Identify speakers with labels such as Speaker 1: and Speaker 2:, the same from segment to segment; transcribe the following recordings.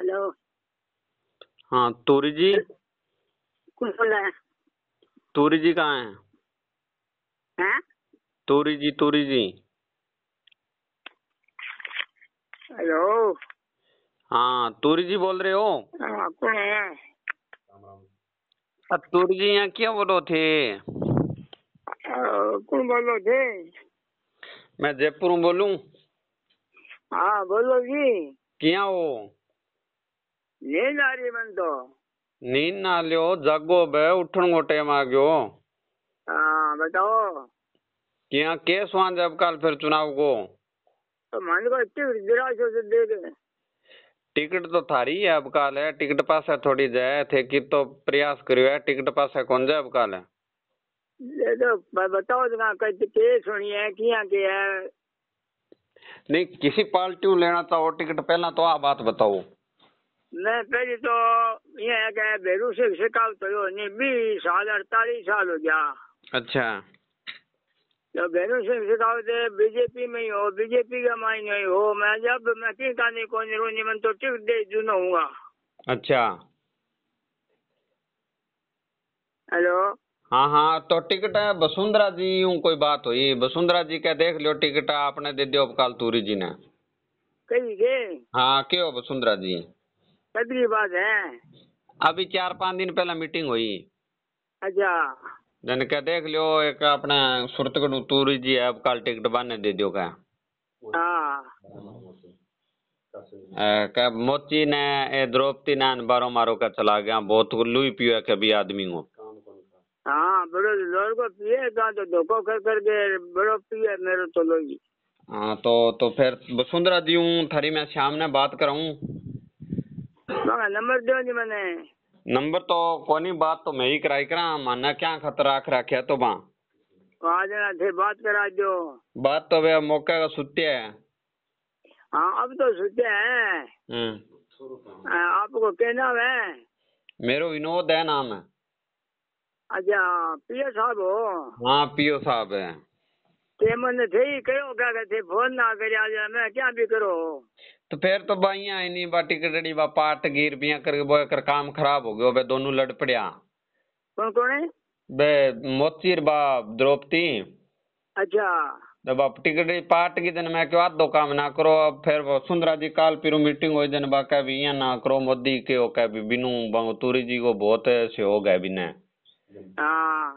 Speaker 1: Hello
Speaker 2: हाँ तोरी जी
Speaker 1: कौन बोल रहा है
Speaker 2: तोरी जी कहाँ हैं
Speaker 1: हैं?
Speaker 2: तोरी जी तोरी जी
Speaker 1: हेलो
Speaker 2: हाँ तोरी जी बोल रहे हो
Speaker 1: हाँ, कौन है
Speaker 2: अब तोरी जी यहाँ क्या बोलो थे
Speaker 1: और कौन बोलो थे
Speaker 2: मैं जयपुर में बोलूं
Speaker 1: हाँ बोलो जी
Speaker 2: क्या हो
Speaker 1: नींद आ रही मन तो
Speaker 2: नींद ना लियो जागो बे उठण को टाइम आ गयो
Speaker 1: हाँ बताओ
Speaker 2: क्या के सुहा जब कल फिर चुनाव को
Speaker 1: तो मन को इतनी गिरा से उसे दे दे
Speaker 2: टिकट तो थारी है अब काल है टिकट पासे थोड़ी जाए थे कि तो प्रयास करियो है टिकट पासे कौन जाए अब काल है
Speaker 1: दे दो ब- बताओ तो कहाँ कैसे के सुनी है किया के है
Speaker 2: नहीं किसी पार्टी को लेना चाहो टिकट पहला तो आ बात बताओ
Speaker 1: मैं पहले तो ये है कि भेरू से शिकाव तो नहीं बीस साल अड़तालीस साल हो गया
Speaker 2: अच्छा
Speaker 1: तो भेरू सिंह शिकाव से बीजेपी में ही हो बीजेपी का माई नहीं हो मैं जब मैं की कहानी को रोनी मन तो टिक दे चुना हूँ
Speaker 2: अच्छा
Speaker 1: हेलो
Speaker 2: हाँ हाँ तो टिकट है वसुंधरा जी यूं कोई बात हुई वसुंधरा जी का देख लियो टिकट आपने दे दियो अबकाल तूरी जी ने
Speaker 1: कही के
Speaker 2: हाँ के हो वसुंधरा जी
Speaker 1: सदरी बात है
Speaker 2: अभी चार पांच दिन पहले मीटिंग हुई
Speaker 1: अच्छा
Speaker 2: जन के देख लियो एक अपने सुरतगढ़ तूरी जी है अबकाल टिकट बाने दे दियो का
Speaker 1: हाँ
Speaker 2: कब मोची ने ए द्रौपदी ने अन बारो मारो का चला गया बहुत लुई पियो है कभी आदमी को
Speaker 1: हाँ बड़ो लोर को पिए कहाँ तो धोखो कर करके बड़ो पिए मेरे तो लोई
Speaker 2: हाँ तो तो फिर वसुंधरा जी हूँ थारी मैं शाम ने बात कराऊं
Speaker 1: मगर नंबर दो जी मैंने
Speaker 2: नंबर तो कोनी बात तो मैं ही कराई करा माना क्या खतराक रखे तो बा
Speaker 1: वहाँ जना थे बात करा दो
Speaker 2: बात तो वे मौके का सुत्य है
Speaker 1: हाँ अब तो सोचे हैं
Speaker 2: हम्म
Speaker 1: हाँ, आपको कहना है
Speaker 2: मेरो विनोद है नाम है
Speaker 1: अच्छा पिए साहब हो
Speaker 2: हाँ पीओ साहब है
Speaker 1: તે મને થઈ કયો કાકા તે ફોન ના કર્યા છે મેં ક્યાં બી કરો
Speaker 2: तो फिर तो बाइया इन्हीं बा टिकटड़ी बा पाट गिर बिया करके बोए कर काम खराब हो गयो बे दोनों लड़ पड़िया
Speaker 1: કોણ કોણે
Speaker 2: बे मोचीर बा द्रौपदी
Speaker 1: અચ્છા
Speaker 2: तो बा टिकटड़ी पाट की जन मैं क्यों आधो काम ना करो अब फिर वो सुंदरा जी काल पीरू मीटिंग हो जन बा कह भी इया ना करो मोदी के हो कह भी बिनू बांगतूरी जी को बहुत सहयोग है बिने
Speaker 1: હા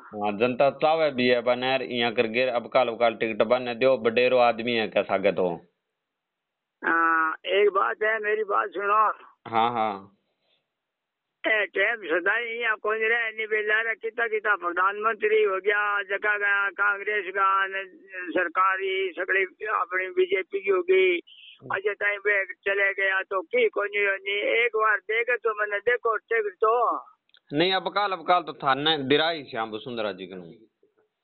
Speaker 2: हाँ जनता चावे भी है बनर यहाँ कर गिर अब काल उकाल टिकट बन दो बडेरो आदमी है क्या सागत हो
Speaker 1: હા એક વાત હે મેરી બાત સુનો
Speaker 2: हाँ हाँ
Speaker 1: એ ટેમ સદાય અહીંયા કોણ રહે એની પેલા રે કિતા કિતા પ્રધાનમંત્રી હો ગયા જગા ગયા કાંગ્રેસ ગયા ને સરકારી સગડી આપણી બીજેપી કી હો ગઈ આજે ટાઈમ બે ચલે ગયા તો કી કોની ની એક વાર દેખે તો મને દેખો ટેક તો
Speaker 2: नहीं अब काल अब काल तो थाने दिराई श्याम वसुंधरा जी कनु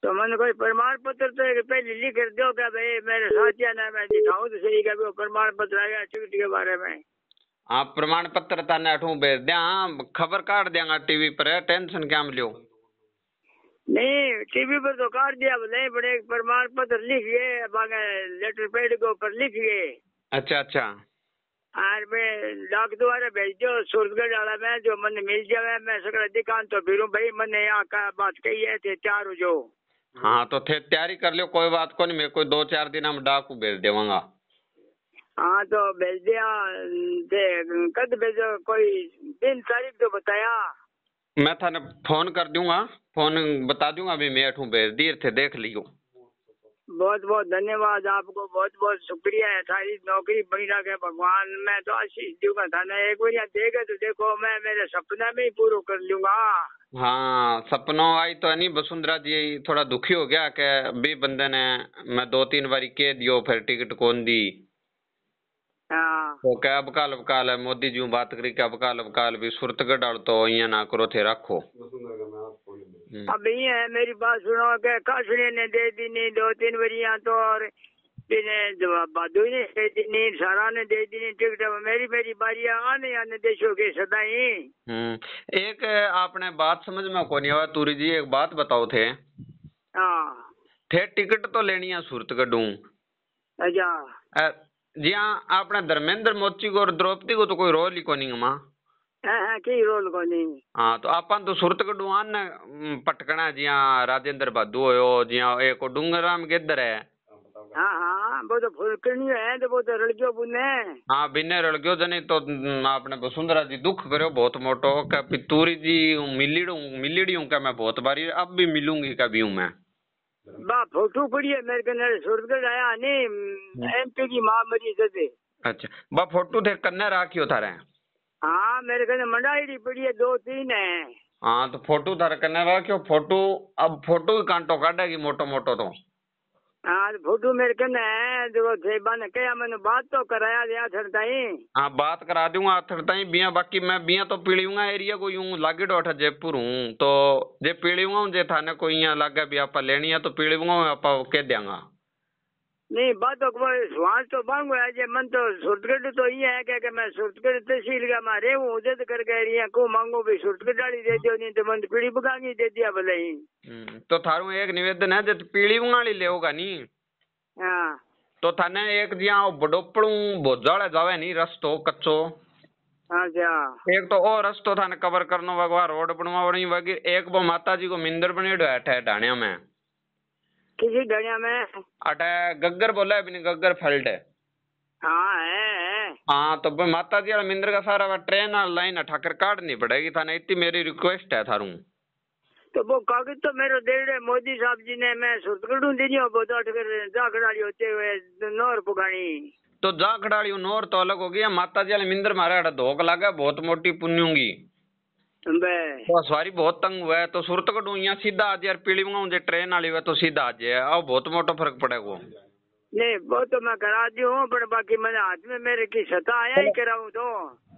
Speaker 1: तो मैंने कोई प्रमाण पत्र तो एक पहले लिख कर दो क्या भाई मेरे साथिया ने मैं दिखाऊं तो सही का भी वो प्रमाण पत्र आया टिकट के बारे में
Speaker 2: आप प्रमाण पत्र थाने अठू भेज दिया हाँ, खबर काट देंगे टीवी पर है टेंशन क्या में लियो
Speaker 1: नहीं टीवी पर तो काट दिया बोले नहीं बड़े प्रमाण पत्र लिखिए बागे लेटर पैड के ऊपर लिखिए
Speaker 2: अच्छा अच्छा
Speaker 1: और मैं डाक द्वारा भेज दो सूरतगढ़ वाला में जो मन मिल जाए मैं सगड़ा दिखान तो फिर भाई मैंने यहाँ का बात कही है थे चार जो
Speaker 2: हाँ तो थे तैयारी कर लियो कोई बात को नहीं मैं कोई दो चार दिन हम डाकू भेज देवांगा
Speaker 1: हाँ तो भेज दिया थे कद भेजो कोई दिन तारीख तो बताया
Speaker 2: मैं थाने फोन कर दूंगा फोन बता दूंगा अभी मैं अठू भेज दिए थे देख लियो
Speaker 1: बहुत बहुत धन्यवाद आपको बहुत बहुत शुक्रिया है सारी नौकरी बनी रखे भगवान मैं तो आशीष दूंगा था ना एक बार यहाँ देखे तो देखो मैं मेरे सपना में ही पूरा कर लूंगा
Speaker 2: हाँ सपनों आई तो है नहीं वसुंधरा जी थोड़ा दुखी हो गया कि भी बंदे ने मैं दो तीन बारी कह दियो फिर टिकट कौन दी
Speaker 1: हाँ
Speaker 2: तो कह अब काल अब काल है मोदी जी ऊं बात करी कि अब काल अब काल भी सुरतगढ़ वालो तो इया ना करो थे रखो हम्म।
Speaker 1: अब ये है मेरी बात सुनो के कासने ने दे दी नहीं दो तीन वरिया तो और फिर बादू ने दे दी नहीं सारा ने दे दी नहीं टिकट अब मेरी मेरी बारी आने आने देशों के सदाई
Speaker 2: हम्म एक आपने बात समझ में कोनी आवा तूरी जी एक बात बताओ थे
Speaker 1: हाँ
Speaker 2: थे टिकट तो लेनी है सुरतगढ़ ऊं।
Speaker 1: अच्छा
Speaker 2: अ, જ્યાં આપણા ધર્મેન્દ્ર મોચી ગોર દ્રૌપદી ગો તો કોઈ રોલ ઈ કોની માં
Speaker 1: हैं हैं की रोल को नहीं
Speaker 2: हाँ तो अपन तो सुरत को डुआन ने हम्म, पटकना जिया राजेंद्र भादू होयो जिया एक डूंगराम गेदर है
Speaker 1: हाँ हाँ वो तो फुलकनी है तो वो तो रड़कियों बुने
Speaker 2: हाँ बिने रड़ग्यो जने तो हम्म, आपने वसुंधरा जी दुख करो बहुत मोटो का पितूरी जी हूँ मिलीड़ू मिलीड़ी हूँ क्या मैं बहुत बारी अब भी मिलूंगी कभी हूँ मैं
Speaker 1: बा फोटो पड़ी है मेरे कन्या सूरतगढ़ आया नहीं एमपी की माँ मरी जते
Speaker 2: अच्छा बा फोटो थे कन्या राखियो थारे
Speaker 1: हाँ मेरे कन्या मंडाईडी पड़ी है दो तीन है
Speaker 2: हाँ तो फोटो थारे कन्या राखियो फोटो अब फोटो ही कांटो काटेगी मोटो मोटो तो
Speaker 1: हाँ तो फोटो मेरे कन्या है जो सेबा ने कहा मैंने बात तो कराया दिया छड़ताई
Speaker 2: हाँ बात करा दूंगा आथर ताई बिया बाकी मैं बिया तो पीड़ियूंगा एरिया को यूं लागे डॉट जयपुर हूँ तो जे पीड़ियूंगा हूं, जे थाने को यहाँ लागे भी आपा लेनी है तो पीड़ियूंगा हूं, आपा वो कह देंगा
Speaker 1: नहीं बात तो कोई सुहास तो बांगो है जे मन तो सूरतगढ़ तो ये है के, के मैं सूरतगढ़ तहसील का मैं रे हूँ उदत कर गए रही को मांगो भी सूरतगढ़ डाली दे दियो नहीं तो मन तो पीढ़ी बुगांगी दे दिया भले ही
Speaker 2: हम्म, तो थारू एक निवेदन है जे पीड़ियूंगा वाली लेगा नहीं
Speaker 1: हाँ
Speaker 2: तो थाने एक जिया वो बडोपड़ू भोजाड़े जावे नहीं रस्तो कच्चो
Speaker 1: अच्छा
Speaker 2: एक तो ओ रस्तो थाने कवर करनो वगवा रोड बनवावणी वगी एक वो माता जी को मिंदर बनेड़ो है अठे ढाणिया में
Speaker 1: किसी डड़िया में
Speaker 2: अठे गग्गर बोले बिन गग्गर फल्ट है
Speaker 1: हाँ है है।
Speaker 2: हाँ तो भाई माता जी वाला मिंदर का सारा ट्रेन और लाइन ठाकर काटनी पड़ेगी थाने इतनी मेरी रिक्वेस्ट है थारू
Speaker 1: तो वो कागज तो मेरे दे रहे मोदी साहब जी ने मैं सूरतगढ़ दी वो तो अटकर जाखड़ाली होते हुए नौर पुगानी
Speaker 2: तो जा खड़ाली नोर तो अलग हो गया माता जी वाले मिंदर मारे हाड़ा धोक लागे बहुत मोटी पुण्यूंगी
Speaker 1: बे
Speaker 2: तो सवारी बहुत तंग हुआ है तो सूरत को यहाँ सीधा आज यार पीली मंगाऊ जे ट्रेन वाली हुआ तो सीधा आज है और बहुत मोटो फर्क पड़ेगा
Speaker 1: नहीं वो तो मैं करा दी हूँ पर बाकी मैंने हाथ में मेरे की सता आया ही कराऊँ तो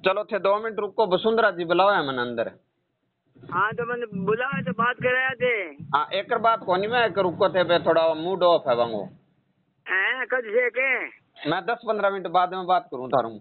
Speaker 2: चलो थे दो मिनट रुको वसुंधरा जी बुलाओ है मन अंदर
Speaker 1: हाँ तो मैंने बुलाया तो बात कराया थे
Speaker 2: हाँ एक बात कोनी में एक रुको थे बे थोड़ा मूड ऑफ है वांगो
Speaker 1: हैं कद से के
Speaker 2: मैं दस पंद्रह मिनट बाद में बात करूँ थारू